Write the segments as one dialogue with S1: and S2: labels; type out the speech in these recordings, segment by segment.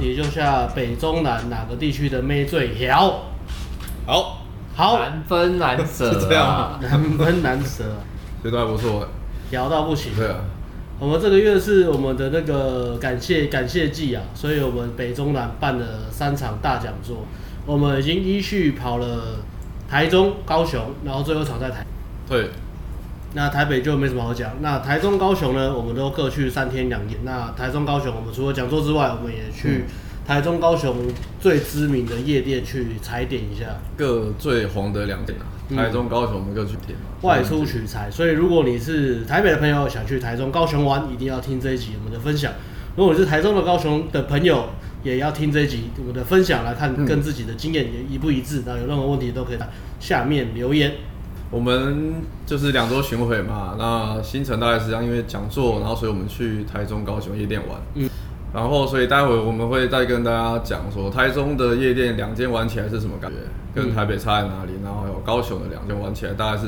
S1: 研究下北中南哪个地区的妹最屌。
S2: 好，
S1: 好，
S3: 难分难舍、啊，
S2: 是这样吗
S1: 难分难舍，
S2: 这段还不错，
S1: 屌到不行。
S2: 对啊，
S1: 我们这个月是我们的那个感谢感谢季啊，所以我们北中南办了三场大讲座，我们已经依序跑了台中、高雄，然后最后一场在台。
S2: 对，
S1: 那台北就没什么好讲。那台中、高雄呢，我们都各去三天两夜。那台中、高雄，我们除了讲座之外，我们也去台中、高雄最知名的夜店去踩点一下，
S2: 各最红的两点啊，
S1: 嗯
S2: 台中、高雄我们各去点嘛。
S1: 外出取材。所以如果你是台北的朋友，想去台中、高雄玩，一定要听这一集我们的分享。如果你是台中的、高雄的朋友，也要听这一集我们的分享，来看
S2: 嗯
S1: 跟自己的经验也一不一致。那有任何问题都可以在下面留言。
S2: 我们就是两周巡回嘛，那行程大概是这样，因为讲座，然后所以我们去台中、高雄夜店玩。
S1: 嗯，
S2: 然后所以待会我们会再跟大家讲说台中的夜店两间玩起来是什么感觉，跟
S1: 嗯
S2: 台北差在哪里，然后还有高雄的两间玩起来大概是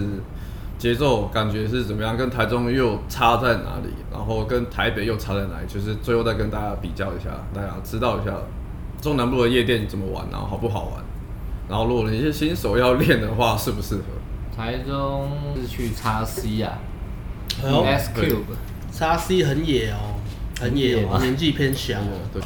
S2: 节奏感觉是怎么样，跟台中又差在哪里，然后跟台北又差在哪里，就是最后再跟大家比较一下，大家知道一下中南部的夜店怎么玩，然后好不好玩，然后如果你是新手要练的话，适不适合？
S3: 台中是去叉 C 啊
S1: 哎呦，
S3: ，S
S2: 对
S3: Cube，
S1: 叉 C 很野哦，很野
S3: 很野
S1: 哦
S3: 吗，
S1: 年纪偏小。
S2: 对。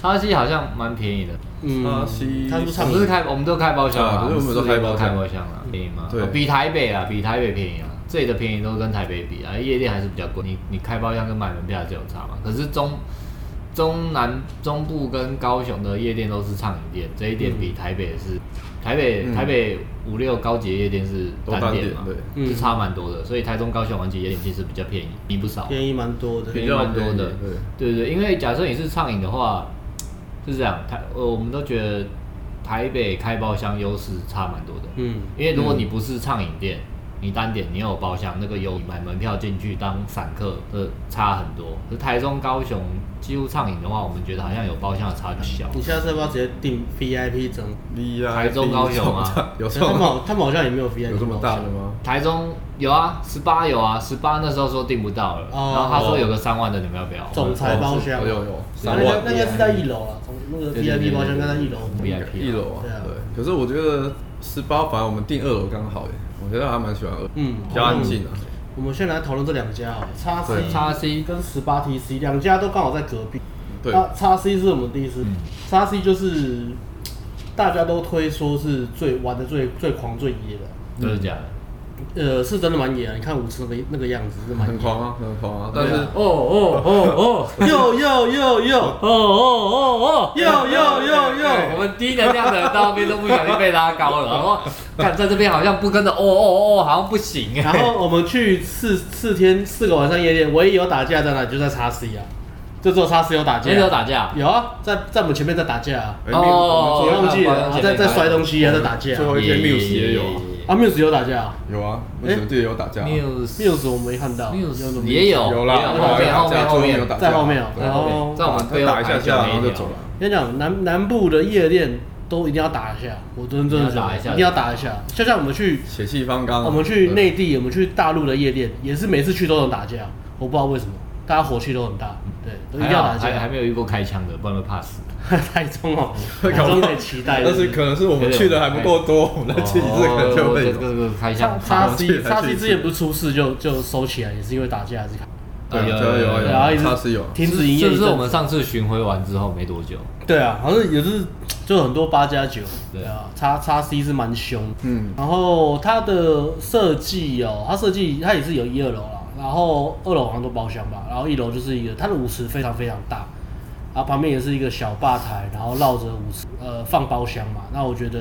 S3: 叉 C 好像蛮便宜的。
S1: 嗯，
S2: 巴西
S1: 他是不是
S3: 我
S1: 唱
S3: 们是开，我们都开包厢
S2: 啊
S3: 啊，
S2: 可是我们都开包厢
S3: 四个都开包厢啊，便宜吗？
S2: 对
S3: 哦比台北啊，比台北便宜啊，这里的便宜都跟台北比啊，夜店还是比较贵。你你开包厢跟买门票还是有差嘛？可是中中南中部跟高雄的夜店都是畅饮店，这一点比台北是、台北、
S2: 嗯
S3: 台北五六高级夜店是
S2: 都单
S3: 店
S2: 点
S3: 嘛，
S2: 对
S3: 是差蛮多的。所以台中、高雄玩起夜店其实比较便宜，你不少。
S1: 便宜蛮多的。
S3: 便宜蛮多的
S2: 比较便宜，
S3: 对对对，因为假设你是畅饮的话，是这样，台呃我们都觉得台北开包厢优势差蛮多的，
S1: 嗯
S3: 因为如果你不是畅饮店，你单点你有包厢，那个有买门票进去当散客的差很多。可是台中、高雄几乎畅饮的话，我们觉得好像有包厢的差距小，
S1: 你下次要不要直接订 VIP 整？
S2: 厉害，
S3: 台中高雄啊
S2: 有
S1: 可是
S2: 这
S1: 他们
S2: 么
S1: 好，他们好像也没有
S2: 有
S1: VIP
S2: 这么大的吗？
S3: 台中有啊，十八有啊，十八那时候说订不到了，
S1: 哦
S3: 然后他说有个三万的，你们要不要？
S1: 总裁包厢
S2: 哦有有
S1: 那
S2: 三
S1: 个
S2: 万
S1: 那个是在一楼啊，从那个
S3: 对对对
S1: VIP 包厢跟在一楼。
S3: 对对 VIP
S2: 一楼啊
S1: 对啊，
S2: 对。可是我觉得十八反而我们定二楼刚好耶，我觉得还蛮喜欢二，
S1: 嗯
S2: 比较安静啊。
S1: 我们先来讨论这两家哦，叉 C
S2: 对
S3: 叉 C
S1: 跟十八 TC 两家都刚好在隔壁。
S2: 对，
S1: 那叉 C 是我们第一次
S3: 嗯，
S1: 叉 C 就是大家都推说是最玩的最最狂最野的，
S3: 真的假的？
S1: 呃，是真的蛮野啊！你看舞池那个那个样子是蛮
S2: 很
S1: 野。
S2: 狂啊，很狂啊。但
S3: 对
S2: 是
S3: 啊哦 哦哦哦。
S1: 哟哟哟哟！
S3: 哦哦哦哦，
S1: 呦呦呦呦
S3: 对我们低能量的人到后面都不小心被拉高了，然后看在这边好像不跟着哦哦哦，好像不行哎。
S1: 然后我们去四四天四个晚上夜店，唯一有打架在哪里就在叉 C 啊，就只有叉 C 有打架、
S3: 今天有打架，
S1: 有啊，在在我们前面在打架啊，
S2: 哎
S3: 哦
S1: 我
S2: ，Muse，
S1: 忘记了，
S3: 哦
S1: 在在摔东西啊，在打架
S2: 哦最后
S1: 啊
S2: 一天 Muse 也有啊，
S1: 啊，Muse 有打架啊
S2: 有啊，我
S1: 哎
S2: 记得有打架啊，
S3: ，Muse
S1: ，Muse 我没看到
S3: Muse 也有，
S2: 有啦，
S3: 也
S1: 有
S3: 后
S2: 有
S3: 面
S2: 打
S3: 后面
S2: 架，
S3: 后
S2: 最面有
S3: 面，
S2: 打架，啊
S1: 在后面哦
S2: 对
S1: 然后
S3: 在我们
S2: 他
S3: 背后
S2: 打一下架，然后就走了。
S1: 跟你讲，南南部的夜店都一定要打一下，我真真的觉得
S3: 一定要打一下嗯
S1: 一定要打一下。就像我们去
S2: 血气方刚啊。
S1: 哦我们去
S2: 对
S1: 内地，我们去大陆的夜店，也是每次去都能打架，啊我不知道为什么，大家火气都很大，对，都一定
S3: 还
S1: 要
S3: 好
S1: 打
S3: 还还
S1: 架。
S3: 没有遇过开枪的，不然会 怕死。
S1: 台中哦，台中可以期待，
S2: 但是可能是我们去的还不够多，我
S3: 哦
S2: 们再去一次可能就会
S3: 这
S2: 有。
S3: 个开枪
S1: 像，叉
S2: 我去
S1: C
S2: 还
S1: 叉
S2: 去
S1: C
S2: 一次
S1: 之前不是出事就就收起来，也是因为打架还是
S2: 对，
S3: 有
S2: 有有有
S1: 然啊后一
S2: 有，
S1: 直
S2: 他是有。啊
S1: 停止营业
S3: 呃啊
S1: 一
S3: 是不
S1: 阵子。
S3: 是我们上次巡回完之后没多久？
S1: 对啊，好像也是就很多八加九，
S3: 对
S1: 对啊，叉叉 C 是蛮凶的。
S2: 嗯，
S1: 然后它的设计哦，它设计它也是有一二楼啦，然后二楼好像都包厢吧，然后一楼就是一个它的舞池非常非常大，然后旁边也是一个小吧台，然后绕着舞池呃放包厢嘛。那我觉得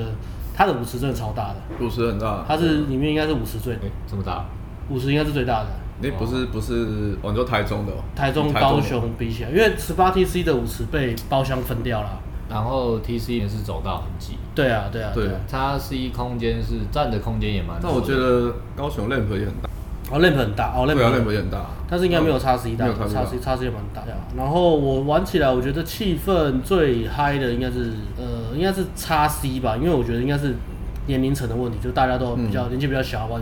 S1: 它的舞池真的超大的，
S2: 主持啊很大。
S1: 它是里面应该是舞池最
S3: 哎，这么大，
S1: 舞池应该是最大的，
S2: 那不是不是广州台中的哦，
S1: 哦台中
S2: 的
S1: 高雄比起来，因为十八 TC 的舞池被包厢分掉了。
S3: 然后 TC 也是走到很挤。
S1: 对啊，对啊，
S2: 对
S1: 啊。
S3: 叉 C 空间是占的空间也蛮多
S2: 但
S3: 的。
S2: 我觉得高雄 lamp 也很大，
S1: 哦，lamp 很大，哦
S2: 对
S1: ，lamp 很
S2: 啊
S1: 大
S2: ，lamp 也很大。
S1: 但是应该没有叉 C 大，
S2: 没有叉 C
S1: 叉
S2: 大
S1: C 叉 C 也蛮大的。然后我玩起来，我觉得气氛最嗨的应该是呃，应该是叉 C 吧，因为我觉得应该是年龄层的问题，就大家都
S2: 嗯
S1: 比较、年纪比较小玩，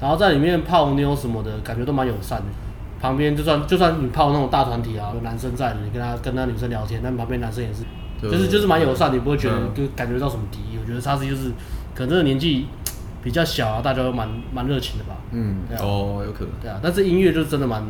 S1: 然后在里面泡妞什么的，感觉都蛮友善的。旁边就算就算你泡那种大团体啊，有男生在的，你跟他跟那女生聊天，但旁边男生也是
S2: 对
S1: 就是就是蛮友善，你不会觉得
S2: 嗯
S1: 就感觉到什么敌意。我觉得差是就是可能这个年纪比较小啊，大家都蛮蛮热情的吧。
S2: 嗯
S1: 对，啊
S2: 哦，有可能，
S1: 对啊，但是音乐就是真的蛮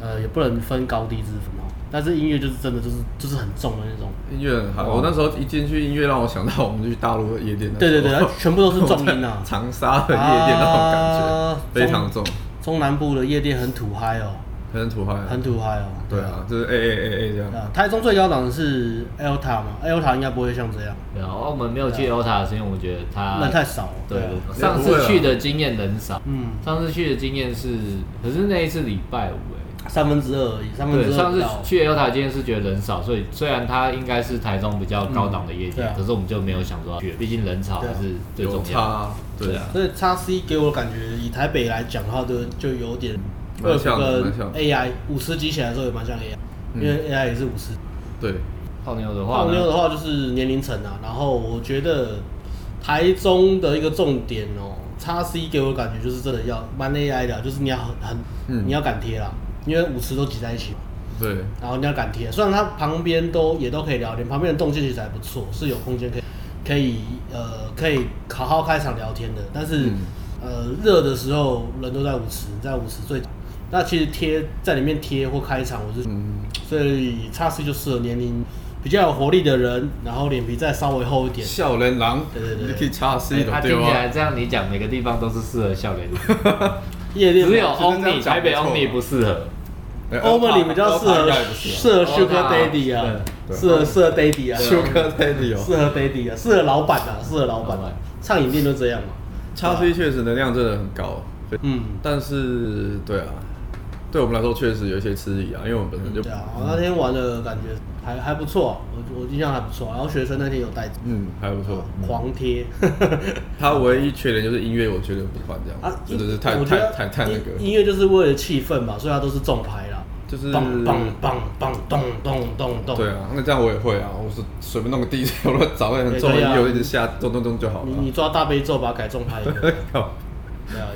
S1: 呃，也不能分高低之分哦。但是音乐就是真的就是就是很重的那种。
S2: 音乐很好。
S3: 哦
S2: 我那时候一进去，音乐让我想到我们去大陆的夜店的
S1: 对
S2: 时
S1: 对
S2: 候，
S1: 对，它全部都是重音 啊。
S2: 长沙的夜店那种感觉，
S1: 啊
S2: 非常重，
S1: 中南部的夜店很土嗨哦，
S2: 很土嗨啊。
S1: 很土嗨哦。
S2: 对啊，就是 A A A A 这样。
S1: 啊，台中最高档的是 ELTA 嘛，ELTA 应该不会像这样，
S3: 对啊，我们没有去欧塔的时间，我觉得它
S1: 人太少了。
S3: 对
S1: 啊，
S3: 对，
S2: 啊
S3: 上
S2: 也不会
S3: 次
S2: 啊
S3: 去的经验人少，
S1: 嗯，
S3: 上次去的经验是，可是那一次礼拜五哎、
S1: 三分之二而已，三分
S3: 对，
S1: 之二
S3: 上
S1: 不
S3: 次
S1: 到。
S3: 去 L 塔今天是觉得人少，所以虽然它应该是台中比较高档的夜
S1: 嗯对
S3: 店，
S1: 啊
S3: 可是我们就没有想说要去，毕竟人潮还是最重
S2: 有差
S3: 要的。
S2: 啊，对
S3: 对
S2: 啊
S3: 啊，
S1: 所以叉 C 给我的感觉，以台北来讲的话，就就有点
S2: 蛮像
S1: 跟
S2: 的蛮像的
S1: AI 五十级起来的时候也蛮像 AI，
S2: 嗯
S1: 因为 AI 也是五十。
S2: 对，
S3: 泡妞的话
S1: 泡
S3: 呢，
S1: 妞的话就是年龄层啊，然后我觉得台中的一个重点哦，叉 C 给我的感觉就是真的要蛮 AI 的啊，就是你要很很、
S2: 嗯
S1: 你要敢贴啦，因为舞池都挤在一起嘛，
S2: 对，
S1: 然后你要敢贴，虽然它旁边都也都可以聊天，旁边的动线其实还不错，是有空间可以可以呃可以好好开场聊天的，但是、
S2: 嗯
S1: 呃热的时候人都在舞池，在舞池最那其实贴在里面贴或开场，我是
S2: 嗯，
S1: 所以叉 C 就适合年龄比较有活力的人，然后脸皮再稍微厚一点。
S2: 笑人狼，
S1: 对对对
S2: 你可以插 C
S3: 哎
S2: 的
S3: 它
S2: 对啊
S3: 听起
S2: 吗？
S3: 来这样，你讲每个地方都是适合笑脸的，
S1: 夜店
S3: 只有
S2: 觉得这样
S3: Only
S2: 讲
S3: 台北
S2: 不错
S3: Only 不适合。
S2: 哎
S1: 欧门里比较适合适合 Sugar
S3: 欧巴
S1: Daddy 啊，
S2: 对
S1: 适合适合 Daddy 啊，
S2: Sugar Daddy 哦
S1: 适合 Daddy 啊，适合老板啊，适合老板啊
S3: 老板。
S1: 唱饮店都这样嘛。
S2: 叉 C 确实能量真的很高，对
S1: 嗯，
S2: 但是对啊，对我们来说确实有一些吃力啊，因为我们本身就
S1: 对啊，我那天玩的感觉还还不错啊，我我印象还不错啊。然后学生那天有带
S2: 嗯还不错。
S1: 狂贴，
S2: 它唯一缺点就是音乐，我觉得不喜欢这样，真的是太
S1: 啊我觉
S2: 太
S1: 得
S2: 太太那个，
S1: 音音乐就是为了气氛嘛，所以它都是重拍啦。
S2: 就是
S1: 棒棒棒棒咚咚咚咚。
S2: 对啊，那这样我也会啊，我是随便弄个 DJ，我说找个很重的
S1: 也可
S2: 音
S1: 以啊
S2: 乐，我一直下咚咚咚就好
S1: 你
S2: 了
S1: 你。抓大悲咒把它改重拍 一个，对
S2: 靠
S1: 啊，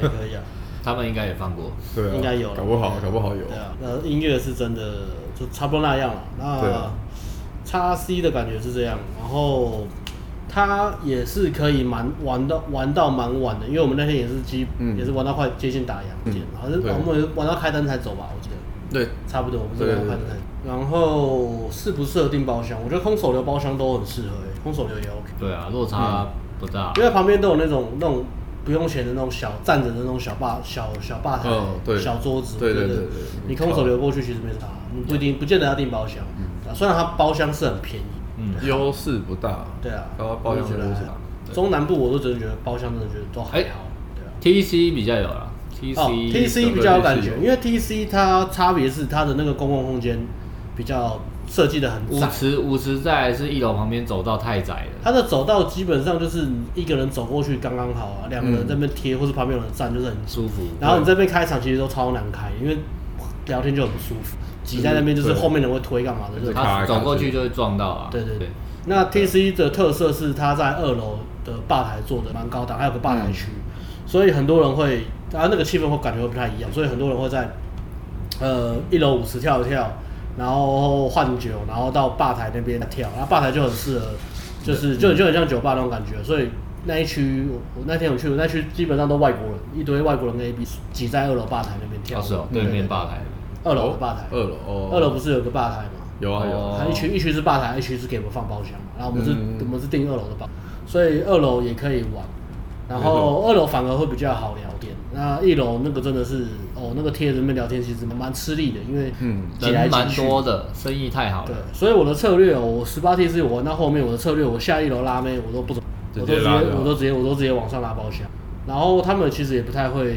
S1: 也可以啊，
S3: 他们应该也放过。
S2: 对啊，
S1: 应该有了
S2: 搞不好搞不好有
S1: 对。啊。那音乐是真的就差不多那样了。
S2: 对
S1: 那
S2: 啊
S1: 叉 C 的感觉是这样，然后它也是可以蛮玩到玩到蛮晚的，因为我们那天也是基、
S2: 嗯
S1: 也是玩到快接近打烊点，
S2: 嗯
S1: 好像是
S2: 对
S1: 我们玩到开灯才走吧，我记得。
S2: 对，
S1: 差不多，我们这边
S2: 对
S1: 看看。然后适不适合订包厢？我觉得空手流包厢都很适合、欸，空手流也 OK，
S3: 对啊，落差不大。
S1: 因为旁边都有那种那种不用钱的那种小站着的那种小吧小小吧台、
S2: 嗯对
S1: 小桌子，
S2: 对
S1: 对
S2: 对对对嗯
S1: 你空手流过去其实没啥，你不一定不见得要订包厢、啊虽然它包厢是很便宜，
S3: 嗯，
S2: 优势不大。
S1: 对啊，
S2: 然后包厢
S1: 我就觉
S2: 优
S1: 得
S2: 势
S1: 还好。中南部我都真的觉得包厢真的觉得都还好，
S2: 哎
S1: 对啊。
S3: T C 比较有啦
S1: 哦
S3: ，T
S1: ，T
S3: C
S1: C 比较有感
S2: TC
S1: 觉
S2: 有，
S1: 因为 T C 它差别是它的那个公共空间比较设计的很
S3: 舞
S1: 窄，
S3: 池舞池在是一楼旁边走道太窄了。
S1: 它的走道基本上就是你一个人走过去刚刚好啊，两个人在那边贴，或是旁边有人站，就是很挤。
S3: 舒服。
S1: 然后你这边开场其实都超难开，因为聊天就很不舒服，挤在那边就是
S2: 对
S1: 后面人会推干嘛的，就是
S2: 对
S3: 他走过去就会撞到啊。
S1: 对对对。那 T C 的特色是它在二楼的吧台做的蛮高档，还有个吧台区，
S3: 嗯
S1: 所以很多人会，然后那个气氛会感觉会不太一样，所以很多人会在呃一楼舞池跳一跳，然后换酒，然后到吧台那边跳，然后吧台就很适合，就是
S3: 嗯
S1: 就就很像酒吧那种感觉，所以。那一区，我我那天有去，那区基本上都外国人，一堆外国人 A B 挤在二楼吧台那边跳。
S3: 哦是哦，对面吧台。
S1: 二楼的吧台，
S2: 二楼哦，
S1: 二楼不是有个吧台吗？
S2: 有啊有啊，
S3: 哦
S1: 它一区一区是吧台，一区是给我们放包厢嘛，然后我们是、
S2: 嗯
S1: 我们是订二楼的吧，所以二楼也可以玩，然
S2: 没
S1: 后二楼反而会比较好聊天，那一楼那个真的是哦，那个贴人们聊天其实蛮吃力的，因为
S2: 嗯
S1: 挤来
S3: 人
S1: 挤
S3: 蛮
S1: 去。
S3: 多的，生意太好
S1: 对
S3: 了。，
S1: 所以我的策略哦，我十八 T 是我玩到后面，我的策略我下一楼拉妹，我都不怎么，
S2: 直
S1: 我
S2: 接
S1: 都直接
S2: 拉掉
S1: 我都直接我都直接往上拉包厢，然后他们其实也不太会，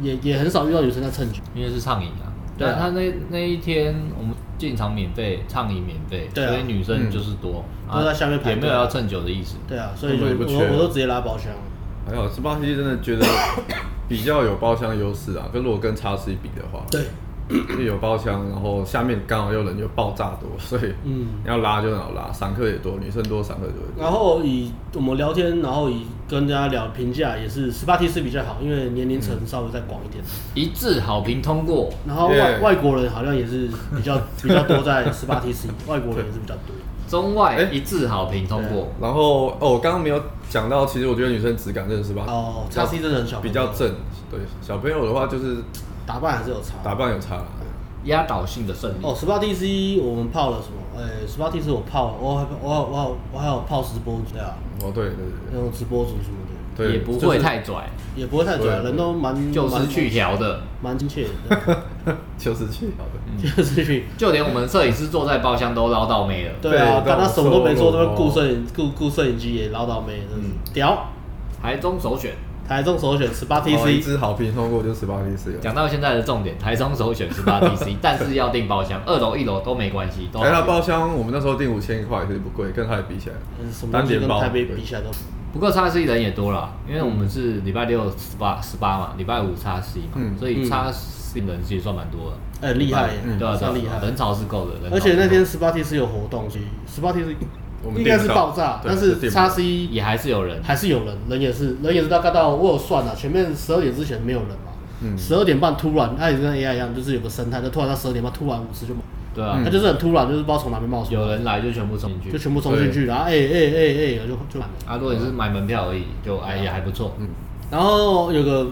S1: 也也很少遇到女生在蹭酒，
S3: 因为是畅饮啊。
S1: 对啊
S3: 但他那那一天我们进场免费，畅饮免费，
S1: 对啊
S3: 所以女生就是多，啊
S1: 嗯都在下面排队
S3: 也没有要蹭酒的意思。
S1: 对啊，所以就
S2: 根本就不缺
S1: 我我都直接拉包厢。
S2: 还好，十八 C 真的觉得比较有包厢优势啊。跟如果跟叉 C 比的话，
S1: 对，
S2: 因为有包厢，然后下面刚好又人又爆炸多，所以
S1: 嗯，
S2: 要拉就很好拉，散客也多，女生多，散客也多。
S1: 然后以我们聊天，然后以跟大家聊评价，也是十八 T 是比较好，因为年龄层稍微再广一点。
S3: 一致好评通过，
S1: 然后外
S2: 嗯 Yeah
S1: 外国人好像也是比较比较多在十八 T C，外国人也是比较多。
S3: 中外
S2: 哎
S3: 一致好评通过。
S2: 然后哦，我刚刚没有讲到，其实我觉得女生质感真的是吧，
S1: 哦，
S2: 比较
S1: 叉 C 真的很小，
S2: 比较正。对，小朋友的话就是
S1: 打扮还是有差。
S2: 打扮有差啦。
S3: 压倒性的胜利。
S1: 啊哦，十八 T C 我们泡了什么？呃、十八 T C 我泡了，我还我我我我还有泡直播主对啊，
S2: 哦，对对对
S1: 那种直播主什么的，
S2: 对，
S3: 也不
S2: 就
S3: 会
S2: 是
S3: 太拽，
S1: 也不会太拽，
S2: 对
S1: 人都蛮
S3: 就是
S1: 蛮
S3: 去调的。
S1: 蛮亲切 的，
S2: 就是去好的。
S3: 嗯
S1: 对就是去。
S3: 就连我们摄影师坐在包厢都捞到妹了，
S1: 对啊，
S2: 对
S1: 但他什么都没做，
S2: 到
S1: 那
S2: 我
S1: 边
S2: 哦
S1: 顾摄影顾顾摄影机也唠叨妹，真
S3: 嗯
S1: 是屌！
S3: 台中首选。
S1: 台中首选十八
S2: 好哦一
S1: TC，
S2: 支好评通过就十八 T C 了。
S3: 讲到现在的重点，台中首选十 八 DC，但是要订包厢，二楼一楼都没关系，都好
S2: 哎，它包厢我们那时候订五千块，其实不贵，跟它也比起来，
S1: 嗯什么
S2: 单
S1: 东西
S2: 点
S1: 跟
S2: 包
S1: 台北
S2: 对
S1: 比起来都
S3: 不过叉 C 人也多了，因为我们是
S1: 嗯
S3: 礼拜六十八十八嘛，礼拜五叉 C 嘛，
S2: 嗯
S3: 所以叉 C 人其实算蛮多的。
S1: 很哎厉害耶
S2: 嗯，
S3: 对啊，对啊
S1: 算厉害。
S3: 人潮是够的。人潮
S1: 而且
S3: 是
S1: 那
S3: 够的
S1: 天十八 T 是有活动，所以十八 T 是
S2: 我们
S1: 应该是
S2: 订不到
S1: 爆炸，
S2: 对
S1: 但
S2: 是订
S1: 是
S2: 不
S1: 叉
S2: 到
S1: C
S3: 也还是有人，
S1: 还是有人，人也是人也是大概到我有算了，前面十二点之前没有人嘛，
S2: 嗯
S1: 十二点半突然，它也跟 AI 一样，就是有个生态，就突然到十二点半突然五十就满，
S3: 对啊
S2: 嗯
S1: 它，就是很突然，就是不知道从哪边冒出来，
S3: 有人来就全部冲
S1: 嗯
S3: 进
S1: 就
S3: 去。
S1: 全部冲进去，然后哎哎哎哎，然后就就满了。
S3: 啊，如果你是买门票而已，就哎也还不错。
S1: 嗯然后有个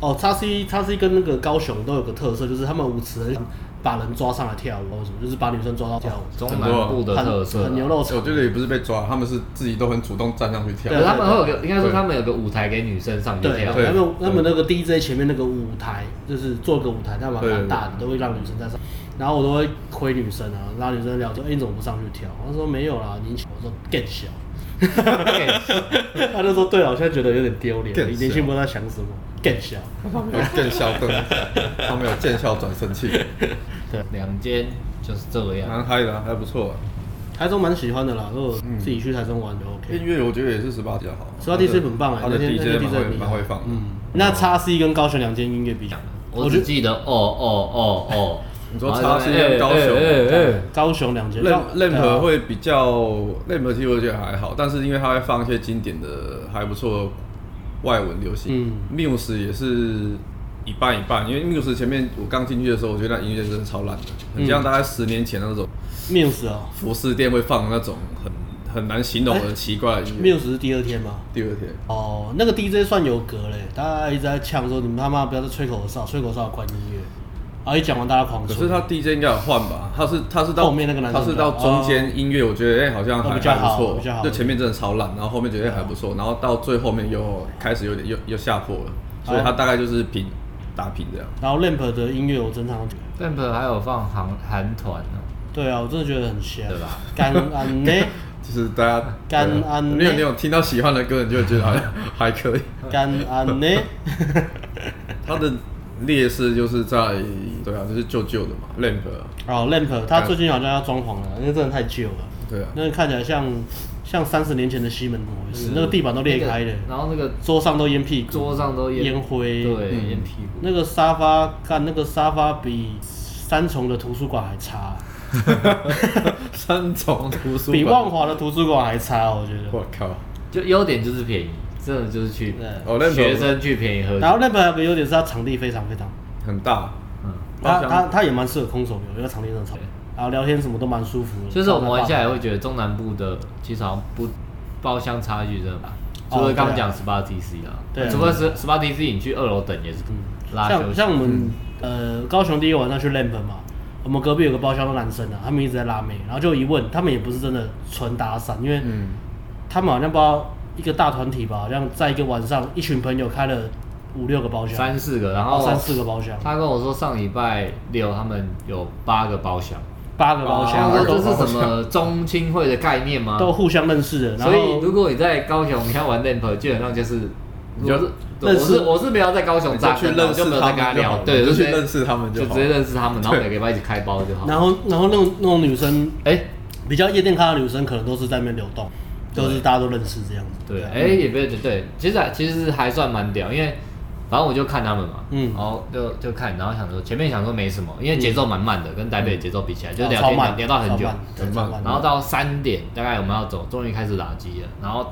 S1: 哦，叉 C 叉 C 跟那个高雄都有个特色，就是他们舞池很喜欢把人抓上来跳舞，或者什么，就是把女生抓到跳舞，
S3: 中南部的特
S1: 很
S3: 色啊
S1: 很牛肉
S2: 我
S1: 场。
S2: 觉得也不是被抓，他们是自己都很主动站上去跳
S1: 对。
S3: 对，他啊们会有个，应该说
S2: 对
S3: 他们有个舞台给女生上去
S1: 对，
S3: 跳。
S2: 对
S1: 他们他们那个 DJ 前面那个舞台，就是做个舞台，但蛮
S2: 对
S1: 蛮大的，都会让女生在上。然后我都会亏女生啊，拉女生聊说，哎、你怎么不上去跳？她说没有啦，你小。我说更 小。她就说对了，啊我现在觉得有点丢脸，
S2: 更小
S1: 你年轻不知道在想什么，更 小。
S2: 他们有见效更，他们有见效转生器，
S3: 两间就是这样。
S2: 蛮嗨的啊，还不错啊。
S1: 台中蛮喜欢的啦，如果自己去台中玩就 OK。
S2: 音乐我觉得也是十八比较好，
S1: 十八 D C 很棒哎、
S2: 他
S1: 那
S2: 的
S1: 天那
S2: DJ
S1: 天
S2: 蛮
S1: DJ 很
S2: 会
S1: 厉害
S2: 蛮会放的。
S1: 嗯，那叉 C 跟高雄两间音乐比，
S3: 我只记得哦哦哦 哦，
S2: 你说
S3: 然
S2: 叉
S3: 后
S2: C
S3: 就哎
S2: 跟高雄
S3: 哎哎哎
S1: 高雄两间
S2: lamp
S1: 对
S2: lamp
S1: 啊
S2: 会比较 lamp 其实我觉得还好，但是因为它会放一些经典的还不错的外文流行
S1: 嗯
S2: ，muse 也是一半一半，因为 muse 前面我刚进去的时候，我觉得那音乐真的超烂的，很
S1: 嗯
S2: 像大概十年前那种
S1: Muse 啊
S2: 服饰店会放的那种很很难形容的奇怪的音乐。
S1: 哎，Muse 是第二天吗？
S2: 第二天，
S1: 哦，那个 DJ 算有格嘞，大家一直在呛说你们他妈不要再吹口哨，吹口哨管音乐。啊，一讲完大家狂
S2: 可
S1: 吹。
S2: 是他 DJ 应该有换吧？他是他是到
S1: 后面那个男生
S2: 他是到中间音乐，我觉得哎、好像
S1: 哦
S2: 还
S1: 比较
S2: 还
S1: 好
S2: 不错
S1: 比较好，
S2: 就前面真的超烂，然后后面觉得哎还不错，然后到最后面又开始有点又又下坡了，
S1: 啊
S2: 所以他大概就是平打平这样。
S1: 然后 Lamp 的音乐我真常觉得，
S3: Lamp 还有放韩韩团哦呢，
S1: 对啊，我真的觉得很香，
S3: 对吧？
S1: 干安呢，
S2: 就是大家
S1: 干
S2: 对啊
S1: 安
S2: 你有你有听到喜欢的歌，你就 会觉得好像还可以。
S1: 干安呢，
S2: 他的劣势就是在对啊，就是旧旧的嘛，lamp，啊
S1: 哦 Lamp 他最近好像要装潢了，因为真的太旧了，
S2: 对啊，
S1: 那个看起来像像三十年前的西门怎么回事？那个地板都裂开的，
S3: 然后那个
S1: 桌上都烟屁股，
S3: 桌上都
S1: 烟灰，
S3: 对，
S2: 嗯
S3: 烟屁股。
S1: 那个沙发，干那个沙发比三重的图书馆还 差，
S2: 三重图书
S1: 比万
S2: 馆，
S1: 华的图书馆还差，我觉得。
S2: 我靠，
S3: 就优点就是便宜，真的就是去
S1: 对
S2: 哦，lamp
S3: 学生去便宜喝
S1: 然后
S3: 酒。
S1: 那边还有个优点是它场地非常非常，
S2: 很大，
S3: 嗯，
S1: 它
S2: 包厢
S1: 它它也蛮适合空手游，因为它场地真的超，然后聊天什么都蛮舒服的。
S3: 就是我们玩下来会觉得中南部的其实好像不包厢差距真的吧，
S1: 哦
S3: 除了刚
S1: 对
S3: 刚
S1: 啊
S3: 讲十八 TC 啦，
S1: 对啊嗯
S3: 除非是十八 TC 你去二楼等也是拉休
S1: 像
S3: 息。嗯
S1: 像我们呃高雄第一晚上去 Lamp 嘛，我们隔壁有个包厢的男生啊，他们一直在拉妹，然后就一问，他们也不是真的纯搭讪，因为
S2: 嗯，
S1: 他们好像不知道一个大团体吧，好像在一个晚上，一群朋友开了五六个包厢，
S3: 三四个，然
S1: 哦
S3: 后
S1: 三四个包厢，
S3: 他跟我说上礼拜六他们有八个包厢，
S1: 八个包
S3: 他
S1: 厢，
S2: 八
S3: 说
S2: 个
S3: 这
S1: 都
S3: 是什么中青会的概念吗？
S1: 都互相认识的，然
S3: 所以
S1: 后
S3: 如果你在高雄你要玩 lamp，基本上就是
S2: 你就
S3: 我
S2: 是
S3: 我
S1: 认识
S3: 是我是没有在高雄
S2: 你就
S3: 扎
S2: 去
S3: 根的，我
S2: 认
S3: 就
S2: 识
S3: 没有
S2: 他
S3: 在跟他
S2: 们就
S3: 聊
S2: 好，了，
S3: 对，
S2: 就去
S3: 直接
S2: 认识他们就
S3: 就
S2: 好
S3: 直
S2: 了
S3: 接。认识他们，然后
S2: 对
S3: 每个礼拜一起开包就好。
S1: 然后然后那种那种女生
S3: 哎，
S1: 比较夜店咖的女生，可能都是在那边流动，都是大家都认识这样子。
S3: 对，哎，也不对，对，其实其实还算蛮屌，因为反正我就看他们嘛，
S1: 嗯
S3: 然后就就看，然后想说前面想说没什么，因为节奏蛮慢的，跟台北的节奏比起来，
S1: 嗯
S3: 就
S1: 哦
S3: 聊
S1: 超
S3: 天
S1: 慢
S3: 聊聊到很久
S1: 超慢，
S2: 很
S1: 超
S2: 慢
S1: 慢
S3: 然后到三点大概我们要走，终于开始打机了，然后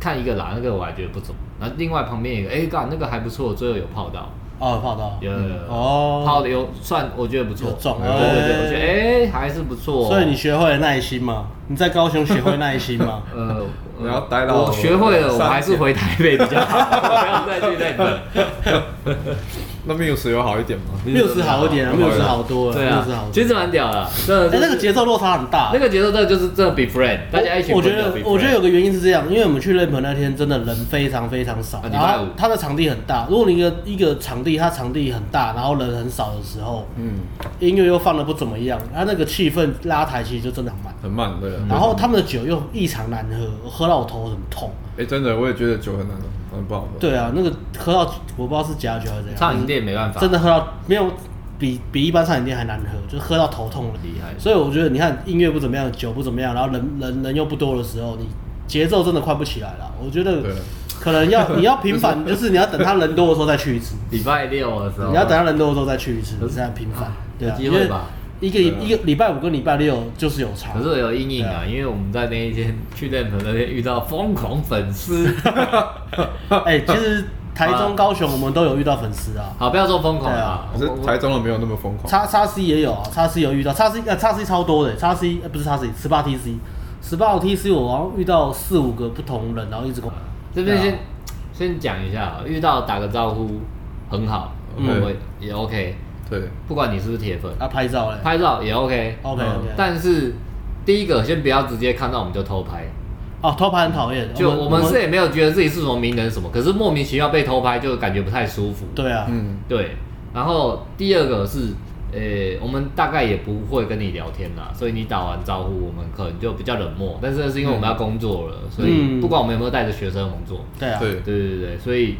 S3: 看一个打那个我还觉得不怎么，然后另外旁边有一个，哎、干那个还不错，最后有泡到，
S1: 哦，有泡到，
S3: 有有有
S1: 哦
S3: 泡的有算，我觉得不错，
S1: 有中
S3: 对对对，
S1: 哎
S3: 我觉得哎、还是不错哦、
S1: 所以你学会了耐心嘛？你在高雄学会耐心嘛？
S3: 呃，
S2: 你要待到
S3: 我学会了，
S2: 三
S3: 我还是
S2: 点
S3: 回台北比较好，我不要再去那个。
S2: 那 Muse 有好一点吗？
S1: 六十好一点啊，
S2: 有
S1: 六十好多了，
S3: 对
S1: 六
S3: 啊
S1: 十好，多。
S3: 其实蛮屌的，真的
S1: 哎，
S3: 是
S1: 那个节奏落差很大啊
S3: 那。个节奏，真的就是真的 be friend，大家一起
S1: 我我
S3: 混
S1: 觉
S3: 的
S1: 得
S3: be friend。
S1: 我觉得有个原因是这样，因为我们去 Lamp 那天真的人非常非常少
S3: 啊，礼
S1: 然
S3: 拜
S1: 后
S3: 五
S1: 它的场地很大。如果你一个一个场地，它场地很大，然后人很少的时候，
S2: 嗯，
S1: 音乐又放的不怎么样，它那个气氛拉抬其实就真的很慢。
S2: 很慢，对啊。
S3: 嗯
S1: 然后他们的酒又异常难喝，我喝到我头很痛。
S3: 嗯
S2: 哎，真的，我也觉得酒很难，很不好喝。
S1: 对啊，那个喝到我不知道是假酒还是怎样，
S3: 畅饮店没办
S1: 嗯
S3: 法，
S1: 真的喝到没有比比一般餐饮店还难喝，就喝到头痛了。
S3: 厉害。
S1: 所以我觉得你看音乐不怎么样，酒不怎么样，然后人人人又不多的时候，你节奏真的快不起来了。我觉得
S2: 对
S1: 可能 要你要频繁，就是你要等他人多的时候再去一次，
S3: 礼拜六的时候，
S1: 你要等他人多的时候再去一次，
S3: 可
S1: 这
S3: 是
S1: 样频繁
S3: 啊。
S1: 对啊，
S3: 有机
S1: 因
S3: 会
S1: 为
S3: 吧
S1: 一个
S2: 对啊
S1: 一个礼拜五跟礼拜六就是有差
S3: 可。是我有阴影啊，因为我们在那一天去练团那天遇到疯狂 粉丝，
S1: 哎，其实台中、
S3: 啊
S1: 高雄我们都有遇到粉丝啊。
S3: 好，不要说疯狂啊，
S2: 可是台中的没有那么疯狂。
S1: 叉叉 C 也有啊，叉 C 有遇到，叉 C 啊叉 C 超多的，叉 C 呃不是叉 C，十八 TC，十八 TC 我好像遇到四五个不同人，然后一直跟我
S3: 这
S1: 对
S3: 边
S1: 啊
S3: 先、先讲一下啊，遇到打个招呼很好，
S2: 嗯
S3: 我们也 OK，
S2: 对，
S3: 不管你是不是铁粉，
S1: 啊哦拍照嘞，
S3: 拍嗯照也 OK，
S1: OK，OK
S3: 但是第一个先不要直接看到我们就偷拍，
S1: 哦偷拍很讨厌，
S3: 就我们是也没有觉得自己是什么名人什么，可是莫名其妙被偷拍就感觉不太舒服。
S1: 对啊，
S2: 嗯，
S3: 对，然后第二个是，呃、我们大概也不会跟你聊天啦，所以你打完招呼，我们可能就比较冷漠。但是那是因为我们要工作了，所以
S1: 嗯
S3: 不管我们有没有带着学生，我们做。
S1: 对啊，
S2: 对，
S3: 对对对，所以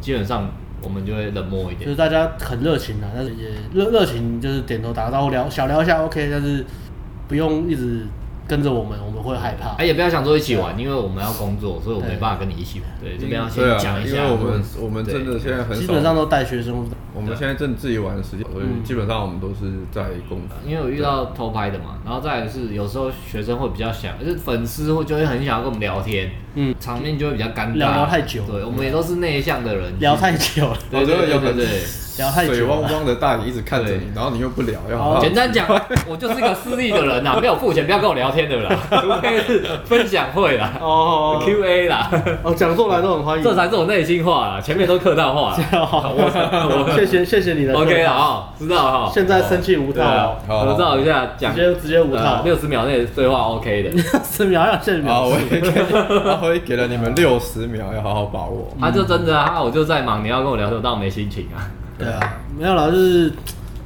S3: 基本上我们就会冷漠一
S1: 就
S3: 点
S1: 是。大家很热情啊，但是也热热情就是点头打个招呼聊小聊一下 OK，但是不用一直跟着我们，我们会害怕
S3: 哎、。也不要想说一起玩，因为我们要工作，所以我没办法跟你一起玩。对，这边要先
S2: 对啊
S3: 讲，一
S2: 因
S3: 下。
S2: 为我们我们真的现在很少，
S1: 基本上都嗯带学生，
S2: 我们现在正自己玩的时间，所以基本上我们都是在工作。
S3: 因为我遇到偷拍的嘛，然后再来是有时候学生会比较想，就是粉丝会就会很想要跟我们聊天，
S1: 嗯，
S3: 场面就会比较尴尬，
S1: 聊聊太久
S3: 对，我们也都是内向的人，
S1: 聊太久了，
S3: 对
S2: 哦
S3: 对
S2: 这个
S3: 对
S2: 有
S3: 对
S2: 可
S3: 对
S2: 能
S3: 对。
S1: 聊太
S2: 水
S1: 久
S2: 汪
S1: 了，
S2: 汪的大你一直看着你
S3: 对，
S2: 然后你又不聊，要
S1: 哦
S2: 好好
S3: 简单 讲，我就是一个私利的人啊呐、没有付钱不要跟我聊天的啦，除非是分享会啦、
S1: 哦
S3: Q A 啦，
S1: 哦，讲座来都很欢迎，
S3: 这才是我内心话啦，前面都客套话 啦。
S1: 好，谢谢谢谢你的
S3: OK 了啊、知道了哈、
S1: 现在生气无套 哦
S3: 对啊合照一下讲呃
S1: 直，接直接五套，
S3: 六十秒内对话 OK 的。
S1: 十秒要限
S2: 啊，
S1: 秒
S2: 我，也给，我也给了你们六十秒，要好好把
S1: 嗯
S2: 握。
S3: 他、就真的啊，啊我就在忙，你要跟我聊天，我当然没心情啊。
S1: 对啊，没有啦，就是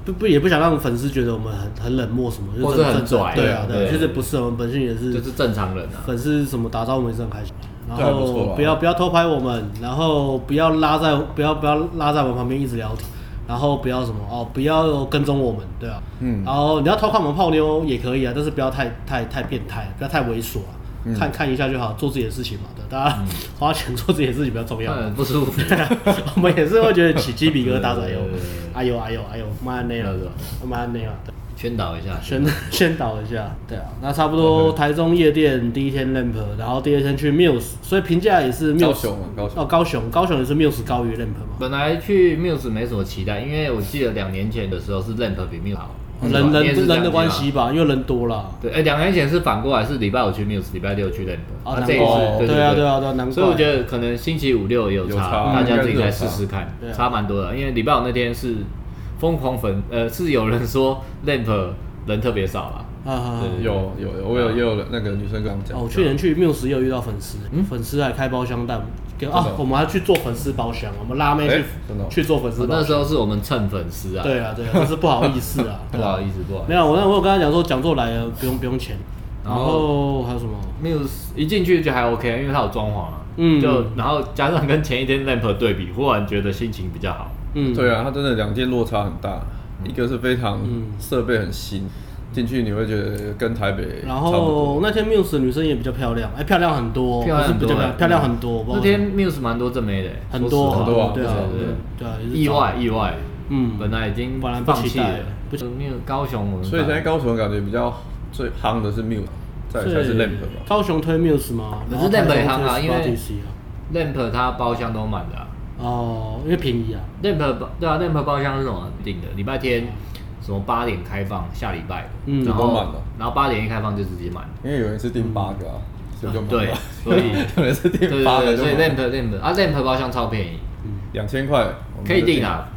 S1: 不不也不想让粉丝觉得我们很很冷漠什么，就
S3: 或
S1: 是
S3: 是很拽
S1: 对啊，对啊，
S3: 对
S1: 其实不是，我们本性也
S3: 就是是正常人啊。
S1: 粉丝什么打招呼我们也是很开心，然
S2: 对啊不错
S1: 后
S2: 啊
S1: 不要不要偷拍我们，然后不要拉在不要不要拉在我们旁边一直聊天。然后不要什么哦，不要跟踪我们，对啊，
S2: 嗯
S1: 然后你要偷看我们泡妞也可以啊，但是不要太太太变态，不要太猥琐啊，
S2: 嗯
S1: 看看一下就好，做自己的事情嘛，对，大家 花钱做自己的事情比较重要。
S2: 嗯
S3: 很嗯不舒服。
S1: 我们也是会觉得起鸡皮疙瘩 的，哎呦
S3: 对对对对，
S1: 哎呦，哎呦，哎呦，妈那了，
S2: 啊
S1: 妈那了，啊对
S3: 宣导一下，
S1: 宣 宣导一下，对啊，那差不多台中夜店第一天 Lamp，然后第二天去 Muse，所以评价也是 Muse，
S2: 高雄嘛，高
S1: 哦，
S2: 雄，
S1: 高雄，高雄也是 Muse 高于 Lamp 嘛，
S3: 本来去 Muse 没什么期待，因为我记得两年前的时候是 Lamp 比 Muse 好，
S1: 哦人
S3: 你也是
S1: 人
S3: 这
S1: 人的
S3: 样讲啊
S1: 关。系吧，因为人多了，
S3: 对，哎，两年前是反过来，是礼拜五去 Muse，礼拜六去 Lamp。
S1: 啊，
S3: 那
S1: 难
S3: 这一
S1: 怪，
S3: 次，
S1: 对啊，对啊，对啊，难怪，
S3: 所以我觉得可能星期五六也有
S2: 有差
S3: 差，大家自己
S2: 应该
S3: 再
S2: 是
S3: 试
S2: 有差
S3: 试看
S1: 对，啊
S3: 差蛮多的。因为礼拜五那天是疯狂粉，呃，是有人说 Lamp 人特别少啦。
S1: 啊啊，啊
S3: 对
S2: 有有有，我有也有那个女生跟我们讲
S1: 哦，我，去年去 Muse 也有遇到粉丝，
S3: 嗯
S1: 粉丝还开包厢带我们给
S2: 真的
S1: 啊
S2: 哦，
S1: 我们还去做粉丝包厢，我们拉妹去
S2: 哎真的哦
S1: 去做粉丝包
S3: 那
S1: 厢
S3: 时。候是我们蹭粉丝啊，，
S1: 对啊，对啊，但是不好意思啊
S3: 不好意思，不好意
S1: 没有，我那我有跟他讲说讲座来了不用不用钱，然
S3: 然后
S1: 后还有什么？
S3: 思。Muse 一进去就还 OK，因为它有装潢啊，
S1: 嗯
S3: 就然后加上跟前一天 Lamp 对比，忽然觉得心情比较好。
S1: 嗯，
S2: 对啊，它真的两件落差很大，一个是非常
S1: 嗯
S2: 设备很新，
S3: 嗯
S2: 进去你会觉得跟台北
S1: 然
S2: 差不多
S1: 后那天 Muse 的女生也比较漂亮，哎，漂亮很多，
S3: 漂亮
S1: 不
S3: 很
S1: 是比
S3: 多
S1: 较漂
S3: 哎
S1: 亮，漂亮很多。我不知
S3: 那
S1: 道为什么
S3: 天 Muse 蛮多正妹的欸，
S1: 很多
S3: 说实话
S2: 很多啊
S1: 对啊
S3: 对对
S1: 对啊，也是
S3: 意外意外，
S1: 嗯
S3: 本来已经
S1: 本来不
S3: 放
S1: 期
S3: 弃
S1: 待
S3: 了，
S1: 不期
S3: 没有高雄我们，
S2: 所以现在高雄感觉比较最夯的是 Muse，再来才
S1: 所
S2: 是
S1: 以
S2: Lamp 吧。
S1: 高雄推 Muse 嘛，
S3: 可
S1: 然
S3: 是
S1: 后台
S3: Lamp
S1: 中
S3: 也夯啊
S1: 推
S3: 因为
S1: Sparty C 啊
S3: Lamp 它包厢都满的啊，
S1: 哦，因为便宜啊，
S3: Lamp 包对啊，Lamp 包厢是什么定的？礼拜天什么八点开放，下礼拜，
S1: 嗯
S3: 然
S2: 有
S3: 后
S2: 多满的
S3: 然后八点一开放就直接满，
S2: 因为有人是订八个啊，所以就满了
S3: 嗯对，所以
S2: 有人是
S3: 对
S2: 订
S3: 对
S2: 八个
S3: 对，
S2: 就
S3: 所以
S2: 满了
S3: Lamp Lamp 啊 Lamp 包厢超便宜，
S2: 两千块，我们
S3: 可以
S2: 就
S3: 定。啊，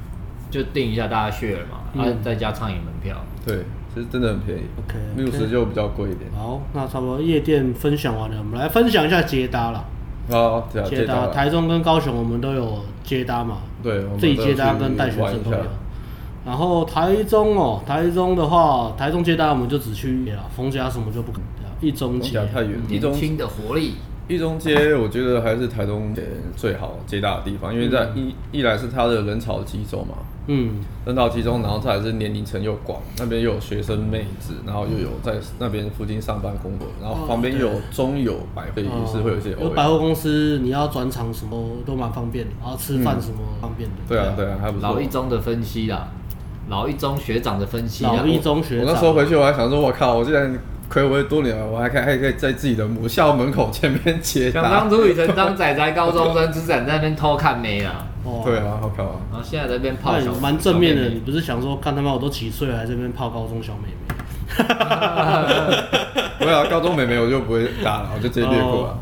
S3: 就定一下大家 share 嘛，
S1: 嗯
S3: 啊再加畅饮门票，
S2: 对，其实真的很便宜
S1: OK，OK
S2: 六十就比较贵一点。
S1: 好，那差不多夜店分享完了，我们来分享一下捷达啦。
S2: 好，对啊，
S1: 捷
S2: 接
S1: 达，
S2: 单
S1: 台中跟高雄我们都有捷达嘛，
S2: 对，我们
S1: 自己接搭
S2: 都去
S1: 跟带学
S2: 玩
S1: 生
S2: 一
S1: 都
S2: 下
S1: 有。然后台中哦，台中的话，台中接搭我们就只去了，逢甲什么就不可能了，一中街
S2: 讲太远，一
S3: 嗯年
S2: 中
S3: 轻的活力，
S2: 一中街，我觉得还是台东最好接搭的地方，因为在一一来是它的人潮集中嘛，
S1: 嗯，
S2: 人潮集中，然后再来是年龄层又广，那边又有学生妹子，然后又有在那边附近上班工作，然后旁边又有中友百汇，也是会有一些
S1: 哦有
S2: OL
S1: 百货公司，你要转场什么都蛮方便的，然后吃饭什么方便的。
S2: 对啊，对啊，还不错。
S3: 老一中的分析啦，老一中学长的分析啊啦，
S1: 老一中学
S2: 啊我
S1: 长，
S2: 那时候回去，我还想说，我靠，我竟然亏我多年了，我还可以还可以在自己的母校门口前面接
S3: 想
S2: 搭。
S3: 当初以前当仔仔高中生，只敢在那边偷看妹啦，
S1: 哦
S2: 对，啊，我靠，
S3: 然后现在在那边泡
S1: 那你
S3: 小，
S1: 哎蛮正面的，
S3: 小妹
S1: 你
S2: 啊
S3: 妹
S1: 不是想说，看他妈我都几岁了，还在那边泡高中小妹妹？
S2: 对啊，高中美眉我就不会搭了，我就直接略过了，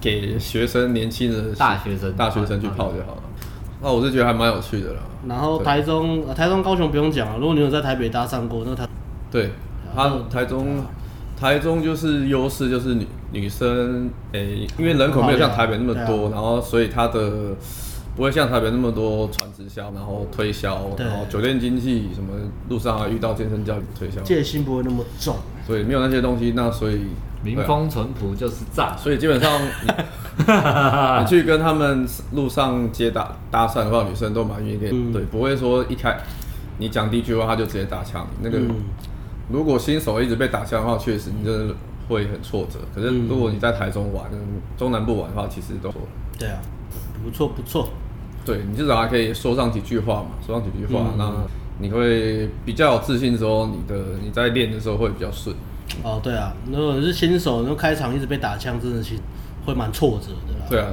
S2: 给学生、年轻人、
S3: 大学生
S2: 大学生去泡就好了。那我是觉得还蛮有趣的啦。
S1: 然后
S2: 对
S1: 台中、呃台中、高雄不用讲了，如果你有在台北搭讪过，那台
S2: 对，他台中，台中就是优势就是女女生，诶、因为人口没有像台北那么
S1: 对
S2: 多，然后所以它的不会像台北那么多传直销，然后推销，
S1: 对
S2: 然后酒店经济什么，路上啊还遇到健身教练推销，
S1: 戒心不会那么重。
S2: 所以没有那些东西，那所以
S3: 民
S2: 对啊
S3: 风淳朴就是赞，
S2: 所以基本上你你去跟他们路上接搭搭讪的话，女生都蛮愿意跟你、对，不会说一开你讲第一句话，她就直接打枪你。那个、如果新手一直被打枪的话，确实你真的会很挫折。可是如果你在台中玩、中南部玩的话，其实都
S1: 对啊，不错不错。
S2: 对你至少还可以说上几句话嘛，说上几句话，那你会比较有自信之后，你的你在练的时候会比较顺。
S1: 哦，对啊，如果你是新手，然后开场一直被打枪，真的是会蛮挫折的啦。
S2: 对啊，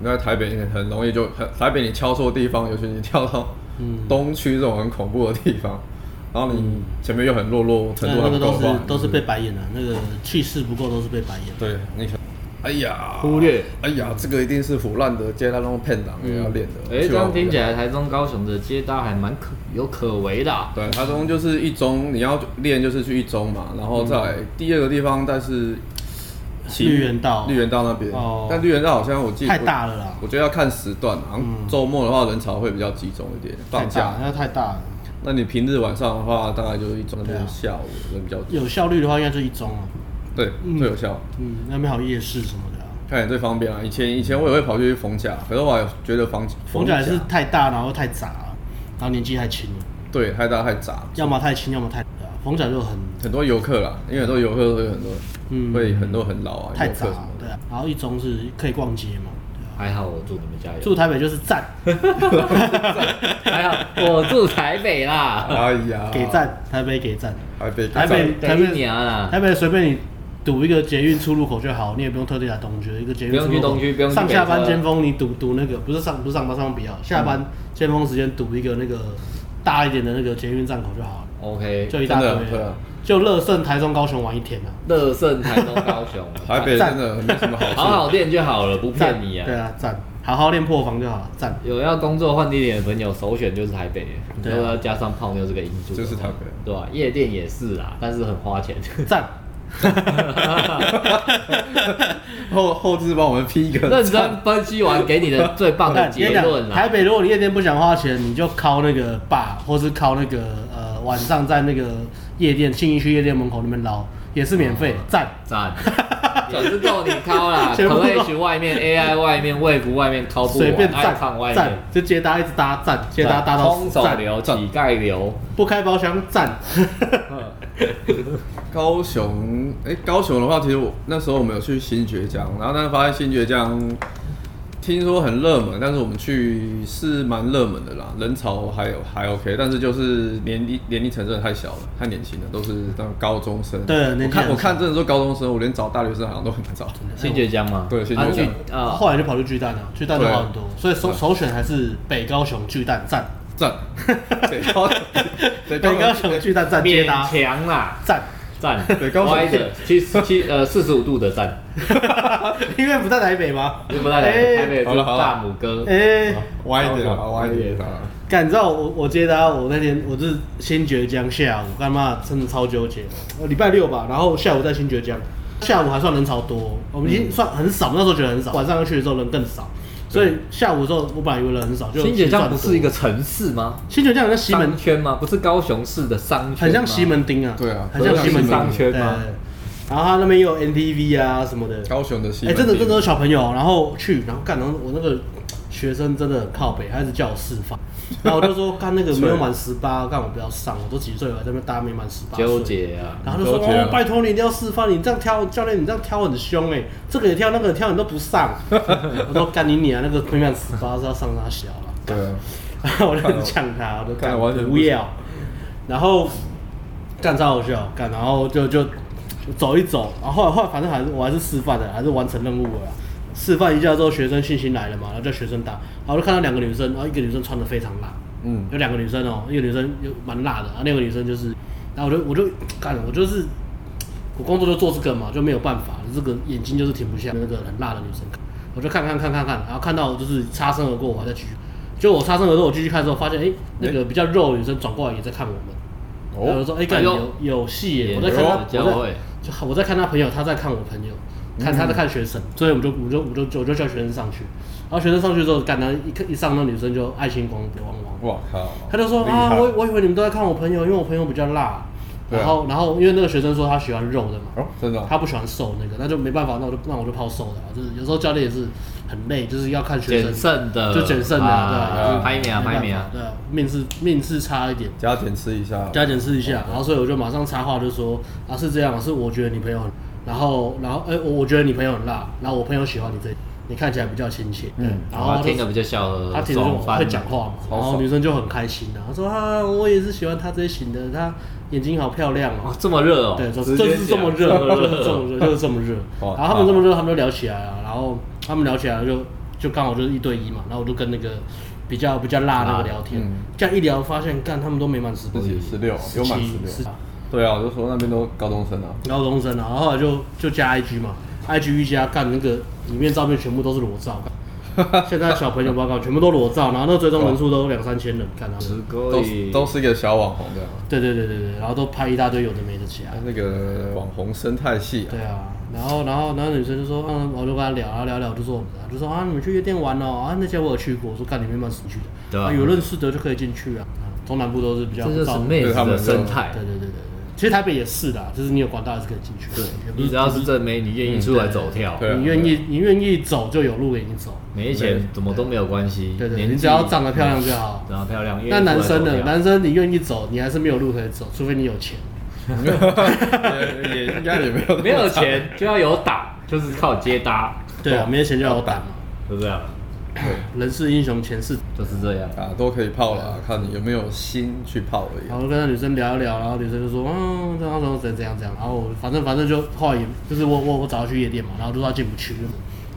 S2: 你在台北很容易就很台北，你敲错地方，尤其你跳到
S1: 嗯
S2: 东区这种很恐怖的地方，然后你前面又很落落，程
S1: 那
S2: 度还
S1: 嗯那个
S2: 不够
S1: 都
S2: 的
S1: 是
S2: 话，
S1: 都是被白眼的，那个气势不够都是被白眼。
S2: 对你想，哎呀，
S3: 忽略。
S2: 哎呀，这个一定是腐烂的，接到那种骗档
S1: 嗯
S2: 也要练的。
S3: 哎，
S2: 去
S3: 这
S2: 玩
S3: 样听起
S2: 不了。
S3: 来台中、高雄的街道还蛮可有可为的啊。
S2: 对，台中就是一中，你要练就是去一中嘛，然后再来第二个地方，但是其
S1: 绿园道
S2: 绿园道那边
S1: 哦，
S2: 但绿园道好像我记得
S1: 太大了啦，
S2: 我觉得要看时段，好像周末的话人潮会比较集中一点，
S1: 太
S2: 放
S1: 大
S2: 假
S1: 了，。那太大了。
S2: 那你平日晚上的话，大概就是一中那
S1: 对
S2: 边
S1: 啊
S2: 下午人比较多，
S1: 有效率的话，应该就一中啊。
S2: 对，最有效，
S1: 嗯，那边好夜市什么的、啊。
S2: 看也最方便啊。以前以前我也会跑去逢甲，可是我还觉得逢
S1: 逢甲也是太大，然后太杂，啊然后年纪太轻了，
S2: 对太大太杂，
S1: 要么太轻，要么太对啊逢甲就很
S2: 很多游客啦，因为很多游客会有很多，
S1: 嗯
S2: 会很多很老啊，
S1: 太
S2: 游
S1: 杂
S2: 客什么，
S1: 对啊。然后一中是可以逛街嘛，对啊
S3: 还好我住你们家有，
S1: 住台北就是 赞，
S3: 还好我住台北啦，
S2: 的。哎呀，
S1: 给，赞，台北给赞，
S2: 台北
S1: 台北
S3: 台北娘啊啦，
S1: 台北随便你堵一个捷运出入口就好，你也不用特地来东区，一个捷运出入口
S3: 不用去东区不用去
S1: 上
S3: 北
S1: 下班
S3: 车嗯
S1: 尖峰，你堵堵那个不是上不是上班上班比较，下班尖峰时间堵一个那个大一点的那个捷运站口就好了，
S3: OK，
S1: 就一大堆
S2: 真的对啊，
S1: 就乐胜台中高雄玩一天啊，
S3: 乐胜台中高雄，
S2: 台北
S1: 赞
S2: 真的没什么 好
S3: 好
S2: 处，
S3: 好练就好了，不
S1: 赞
S3: 骗你
S1: 对
S3: 啊。
S1: 啊赞，好好练破防就好了， 赞。
S3: 有要工作换地点的朋友，首选就是台北，
S1: 对啊
S3: 都要加上泡妞这个因素的话，
S2: 就是台北
S3: 对吧？夜店也是啦，但是很 花钱。
S1: 赞，
S2: 后后置帮我们 P 一个
S3: 认
S2: 赞
S3: 真分析完给你的最棒的
S1: 但
S3: 结论
S1: 台
S3: 啦。
S1: 北如果你夜店不想花钱，你就靠那个坝，或是靠那个呃晚上在那个夜店信义区夜店门口那边捞，也是免
S3: 哦
S1: 费，赞、
S3: 赞，也是够你敲啦。
S1: 全部都
S3: College 外面，AI 外面，Wave 外面，敲不
S1: 随便
S3: 完，爱
S1: 赞
S3: 放外
S1: 赞
S3: 面，，
S1: 就接搭一直搭赞，接搭搭到
S3: 空手
S1: 赞，
S3: 流、
S2: 赞
S3: 乞丐流，
S1: 不开包厢赞，
S2: 高雄，哎、高雄的话，其实我那时候我们有去新爵江，然后但是发现新爵江听说很热门，但是我们去是蛮热门的啦，人潮还有还 OK，但是就是年龄年龄层真的太小了，太年轻了，都是那种高中生。
S1: 对
S2: 我
S1: 年纪
S2: 看
S1: 很
S2: 我看真的说高中生，我连找大学生好像都很难找。
S3: 新觉江吗？
S2: 对新
S3: 啊
S2: 觉江
S3: 去 啊，
S1: 后来就跑去巨蛋了、巨蛋的
S2: 对
S1: 话很多，所以首
S2: 对
S1: 首选还是北高雄巨蛋站，
S2: 赞，对高对
S1: 北高雄巨蛋站接
S3: 勉
S1: 搭
S3: 强啦，
S1: 站，
S3: 站
S2: 对高雄
S3: 歪的七十七呃四十五度的站，
S1: 因为不在台北吗？
S3: 不太
S1: 哎
S3: 台北
S2: 好
S3: 就
S2: 了好了
S3: 大拇哥，
S1: 哎、
S2: 歪一点啊，
S3: 高雄
S2: 歪一点啊。
S1: 干，你知道我我接搭我那天我是新觉江下午，干嘛真的超纠结。我礼拜六吧，然后下午在新觉江，下午还算人潮多，我们已
S3: 嗯
S1: 经算很少，那时候觉得很少。晚上要去的时候人更少，所以下午的时候我本来以为人很少，就
S3: 新觉江
S1: 算
S3: 不
S1: 多
S3: 是一个城市吗？
S1: 新觉江，很像西门
S3: 商，圈吗？不是高雄市的商圈吗，
S1: 很像西门町啊，
S2: 对啊
S1: 很像西门
S2: 很像
S1: 町
S3: 商圈吗
S1: 对然后他那边也有 NTV 啊什么的，
S2: 高雄的西
S1: 哎、
S2: 门
S1: 真的，
S2: 町
S1: 真的有小朋友，然后去，然后干，然后我那个学生真的很靠北，他一直叫我释放，然后我就说，干那个没有满十八，干我不要上，我都几岁了，还在那边搭没满十八，
S3: 纠。结啊，
S1: 然后就说，
S2: 纠结啊
S1: 哦，拜托你一定要示范，你这样挑教练，你这样挑很凶哎、这个也挑，那个也挑，你都不上。 我说干你你啊，那个没满十八是要上他小了。
S2: 对啊，
S1: 然后 我就很呛他，我就干
S2: 看了完全不
S1: 不要，然后干超好笑，干然后就就就走一走，然后后来后来反正还是我还是示范的，还是完成任务了啦。示范一下之后，学生信心来了嘛，然后叫学生打，然后就看到两个女生，哦然后一个女生穿的非常辣，
S2: 嗯，
S1: 有两个女生哦、一个女生又蛮辣的，然后另一个女生就是，然后我就我就干，我就是我工作就做这个嘛，就没有办法，这个眼睛就是停不下那个很辣的女生看，我就看看看看看，然后看到就是擦身而过，我还在继续，就我擦身而过，我继续看之后发现，哎、那个比较肉的女生转过来也在看我们，然后我
S2: 哦，
S1: 说，哎、干
S3: 哎呦
S1: 有有戏耶，
S3: 也
S1: 我在看
S3: 有
S1: 他，
S3: 交
S1: 我
S3: 汇
S1: 在就我在看他朋友，他在看我朋友，看他在看学生，所以我们就我们就我就我就叫学生上去，然后学生上去之后，干他一看一上那女生就爱心光别汪汪。
S2: 哇靠，
S1: 他就说
S2: 厉害
S1: 啊，我我以为你们都在看我朋友，因为我朋友比较辣。
S2: 对啊
S1: 然后，然后因为那个学生说他喜欢肉的嘛，
S2: 哦，真的啊，
S1: 他不喜欢瘦那个，那就没办法，那我就那我就泡瘦的啊、就是有时候教练也是很累，就是要看学生，
S3: 谨慎的，
S1: 就减慎的，对啊，
S3: 啊
S1: 就是
S3: 拍面啊，
S1: 没办
S3: 拍
S1: 法
S3: 面啊，
S1: 对啊，命是命是差一点，
S2: 加减吃一下，
S1: 加减试一下，
S2: 哦
S1: 然后所以我就马上插话就说啊是这样，是我觉得你朋友很，然后然后哎、我我觉得你朋友很辣，然后我朋友喜欢你这，你看起来比较亲切，
S2: 嗯
S1: 然
S3: 然
S1: 后
S3: 后
S1: 他就
S3: 啊听得比较笑
S2: 呃
S3: 呵呵，
S1: 啊他其实
S3: 爽翻
S1: 会
S3: 了
S1: 讲话嘛，
S2: 爽
S1: 然后女生就很开心的、啊，她说啊，我也是喜欢她这型的，她眼睛好漂亮哦
S3: 哦，。这么热哦，
S1: 对，就
S3: 直
S1: 是
S3: 接
S1: 就是这么热，
S3: 讲
S1: 就是这么热，就是这么热。
S2: 哇
S1: 然后他们这么热，他们就聊起来了，然后他们聊起来就就刚好就是一对一嘛，然后我就跟那个比较比较辣那个聊天
S2: 嗯，
S1: 这样一聊发现，干他们都没满十八，
S2: 自己十六
S1: 十
S2: 有满
S1: 七
S2: 十，
S1: 十
S2: 六，对啊，我就说那边都高中生啊，
S1: 高中生啊，然后后来就就加 IG 嘛，IG 一加干那个里面照片全部都是裸 照，现在小朋友报告全部都裸照，然后那追踪人数都两三千人，看他们。
S2: 都
S3: 都
S2: 都是一个小网红这样。
S1: 对对对对对，然后都拍一大堆有的没的起来
S2: 他。那个网红生态系啊，
S1: 对啊，然后然后然后女生就说，嗯，我就跟她聊，然后聊聊我就说我们啊，就说啊你们去夜店玩哦，啊那些我有去过，我说干你们蛮死去的，
S3: 对啊
S1: 有认识的就可以进去啊，啊中南部都是比较
S3: 这就是
S1: 照顾
S3: 妹
S2: 对
S3: 子
S2: 他们
S3: 的
S2: 就
S3: 生态
S1: 对，对对对对，其实台北也是的，啊就是你有管道还是可以进去的，也不
S3: 你只要是正妹，你愿意出来走跳，
S2: 对啊
S1: 你愿意你愿意走就有路给你走，
S3: 没钱怎么都没有关系，
S1: 对对，
S3: 年纪
S1: 你只要长得漂亮就好。
S3: 长得漂亮，
S1: 那男生呢？
S3: 的
S1: 男生你愿意走，你还是没有路可以走，除非你有钱。
S2: 也也应该也没 有
S3: 没有钱就要有档，就是靠接搭，
S1: 对啊，没有钱就要有胆嘛。
S3: 就这样，
S1: 人是英雄，钱是
S3: 就是这样。
S2: 啊，都可以泡啦，看你有没有心去泡而
S1: 然
S2: 已。
S1: 后跟那女生聊一聊，然后女生就说，嗯，然后然后怎怎样怎样，然后我反正反正就后来也就是我我我找她去夜店嘛，然后就说她啊进不去，因为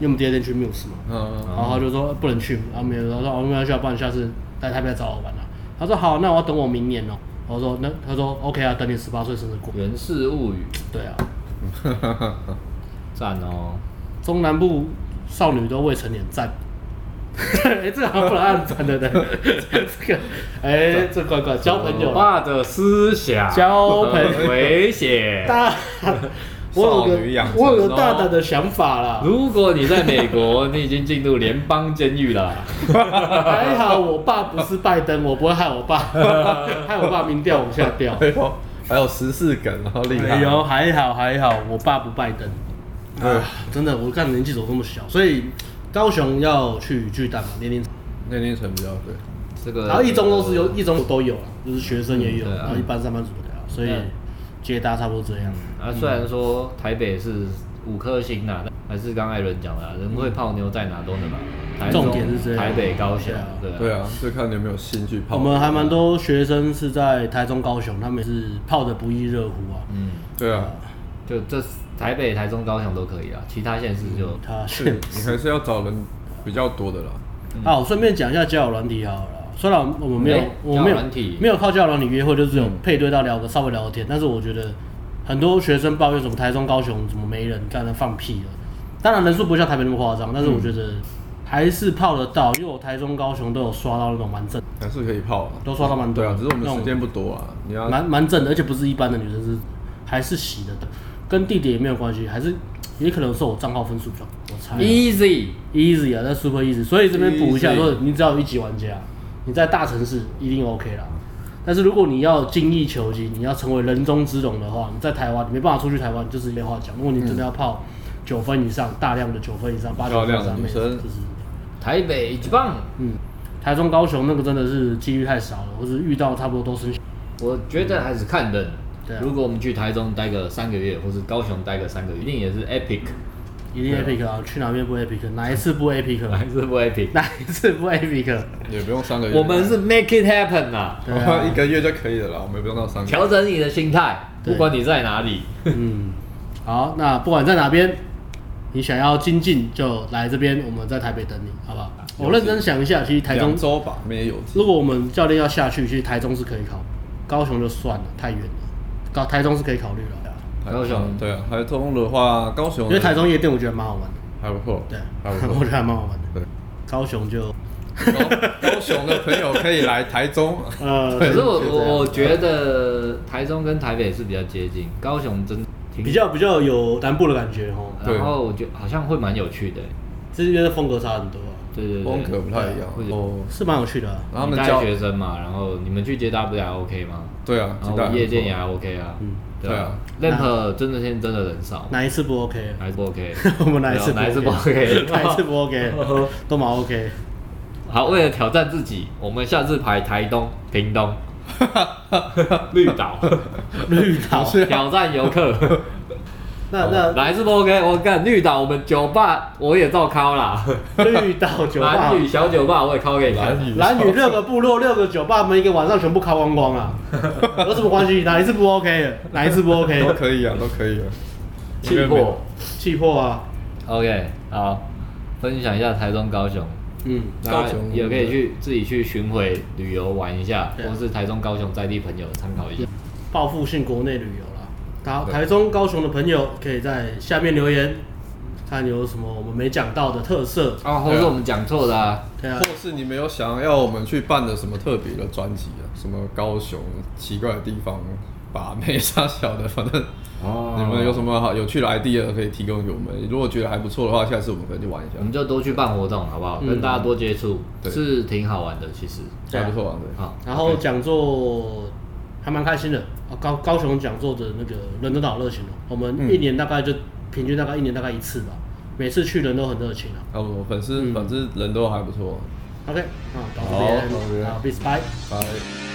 S1: 因为我们第二天去 Muse 嘛，
S2: 嗯，
S1: 然后她就说不能去，然后没有，她说哦没关系啊，不然下次来台北来找我玩啊。她说好，那我要等我明年哦。我说那她说 OK 啊，等你十八岁生日过。
S3: 《源氏物语
S1: 对啊，
S3: 赞哦，
S1: 中南部少女都未成年赞。 哎，这个好像不能按赞的呢， 这个哎，这乖乖交朋友
S3: 我，爸的思想
S1: 交朋友。
S3: 危 险。
S1: 大，我有
S2: 少女
S1: 个
S2: 养成
S1: 我有个大胆的想法 啦。
S3: 如果你在美国，你已经进入联邦监狱了。
S1: 还好我爸不是拜登，我不会害我 爸，害我爸民调往下掉。
S2: 哎呦， 还有十四梗，然后厉害。
S1: 哎呦， 还好还好，我爸不拜登。
S2: 对，
S1: 真的，我看年纪怎么那么小，所以高雄要去巨蛋嘛，年龄，
S2: 那天成比较对，
S3: 这个，
S1: 然后一中都是有，一中都有啦，就是学生也有，
S3: 嗯对啊
S1: 然后一般上班族也有，所以
S3: 嗯
S1: 接搭差不多这样。
S3: 啊，虽然说台北是五颗星呐、还是刚艾伦讲的啊，人会泡妞在哪都能买。台中
S1: 重点是这样
S3: 台北、高雄
S1: 对啊，
S3: 对啊，
S2: 对啊，就看你有没有兴趣泡。
S1: 我们还蛮多学生是在台中、高雄，他们也是泡的不亦乐乎啊。
S3: 嗯，
S2: 对啊，
S3: 就这台北、台中、高雄都可以啊，其他县市就
S1: 他
S2: 是
S1: 是
S2: 你还是要找人比较多的啦。
S3: 嗯
S1: 好，顺便讲一下交友软体好了啦。虽然我们没有
S3: 哎，
S1: 我没
S3: 交友
S1: 有
S3: 软体
S1: 没有靠交友软体约会，就只有
S2: 嗯
S1: 配对到聊个稍微聊个天。但是我觉得很多学生抱怨什么台中、高雄怎么没人，干的放屁了。当然人数不会像台北那么夸张，但是我觉得还是泡得到，因为我台中、高雄都有刷到那种蛮正，
S2: 还是可以泡啊。
S1: 都刷到蛮多
S2: 对
S1: 的。
S2: 啊，只是我
S1: 那
S2: 们
S1: 种
S2: 时间不多啊。你要
S1: 蛮蛮正的，而且不是一般的女生，是还是洗的，跟地点也没有关系，还是也可能是我账号分数比较高，我猜。啊
S3: easy。
S1: easy 啊，那 super easy，所以这边补一下，
S2: Easy
S1: 如果你只要有一级玩家，你在大城市一定 OK 啦。但是如果你要精益求精，你要成为人中之龙的话，你在台湾你没办法出去台湾，就是没话讲。如果你真的要泡九分以上，大量的九分以上，八九
S2: 嗯漂
S1: 分
S2: 亮
S1: 以上
S2: 的
S1: 妹
S2: 女
S1: 子，
S2: 生
S1: 就是
S3: 台北一棒，
S1: 嗯，台中、高雄那个真的是几率太少了，或是遇到差不多都生小
S3: 我觉得还是看人。
S1: 对啊
S3: 如果我们去台中待个三个月，或是高雄待个三个月，一定也是 epic，
S1: 一定 epic 啊，去哪边不 epic，哪一次不 epic，啊
S3: 还是不 epic？
S1: 哪一次不 epic，
S2: 也不用三个月，
S3: 我们是 make it happen 啊，
S1: 对啊
S2: 一个月就可以了啦，我们也不用到三个月。
S3: 调整你的心态，
S1: 对
S3: 不管你在哪里。
S1: 嗯，好，那不管在哪边，你想要精进就来这边，我们在台北等你，好不好？我认真想一下，其实台中
S2: 两，周吧，没有机
S1: 如果我们教练要下去，其实台中是可以考，高雄就算了，太远了，高台中是可以考虑了，
S2: 台
S3: 高雄
S2: 对啊，台中的话，高雄
S1: 因为台中夜店我觉得蛮好玩的，
S2: 还不错，
S1: 对，
S2: 还不
S1: 我
S2: 错
S1: 觉得。还蛮好玩的。
S2: 对，
S1: 高雄就
S2: 高高雄的朋友可以来台中，
S1: 呃，
S3: 可是我
S1: 就这样
S3: 我我觉得台中跟台北是比较接近，高雄真挺
S1: 比。较比较有南部的感觉哦，
S2: 对
S3: 然后我觉得好像会蛮有趣的，
S1: 这边风格差很多啊，
S3: 对对对。
S2: 风格不太一样
S3: 会
S2: 哦。
S1: 是蛮有趣的啊、
S2: 然后他
S3: 你
S2: 们
S3: 带
S2: 教
S3: 学生嘛，然后你们去接 W 还 OK 吗？
S2: 对啊，
S3: 然
S2: 鸡
S3: 后
S2: 蛋
S3: 夜店也
S2: 呀，
S3: 还 OK 啊，
S1: 嗯
S3: 对啊，rap 真的现在真的人少，
S1: 哪一次不 OK？
S3: 还是不 OK，
S1: 我们哪一次
S3: 对啊哪一次不 OK，
S1: 哪一次不 OK？都 蛮 OK。
S3: 好，为了挑战自己，我们下次排台东、屏东、绿岛，
S1: 绿岛，
S3: 挑战游客。
S1: 那
S3: 哪还是不 OK？我干绿岛，我们酒吧我也照敲啦，
S1: 那绿岛酒吧
S3: 蓝，屿小酒吧我也敲给你看。
S2: 蓝屿
S1: 蓝屿六个部落六个酒吧，我们一个晚上全部开光光 啊，有什么关系？哪一次不 OK？的？哪一次不
S2: 都
S1: OK？
S2: 可以啊，都可以啊。
S3: 气魄
S1: 气魄啊，
S3: OK，好，分享一下台中、高雄，
S1: 嗯，
S3: 大
S2: 高
S3: 家
S2: 雄
S3: 也可以去自己去巡回旅游玩一下，
S1: 对啊
S3: 或是台中、高雄在地朋友参考一下。
S1: 报复性国内旅游啦。好，
S2: 对
S1: 台中、高雄的朋友可以在下面留言，看有什么我们没讲到的特色。
S3: 啊，或是我们讲错的啊，
S1: 对啊
S2: 或，是你们有想要我们去办的什么特别的专辑啊？什么高雄奇怪的地方，把妹杀小的，反正
S3: 哦
S2: 你们有什么好有趣的 idea 可以提供给我们？如果觉得还不错的话，下次我们可以去玩一
S3: 我们
S2: 下，
S3: 就多去办活动，好不好？
S1: 嗯
S3: 跟大家多接触，
S2: 对
S3: 是挺好玩的，其实。
S1: 对啊
S2: 还不错啊，对。
S3: 好，
S1: 然后讲座还蛮开心的，啊高高雄讲座的那个人真的好热情哦，我们
S2: 嗯
S1: 一年大概就平均大概一年大概一次吧，每次去人都很热情啊。
S2: 啊，我粉丝
S1: 嗯
S2: 粉丝人都还不错，
S1: OK，啊，到
S2: 好
S1: 这
S2: 到这
S1: 边，啊
S2: 边
S1: 好，peace，拜。
S2: 拜。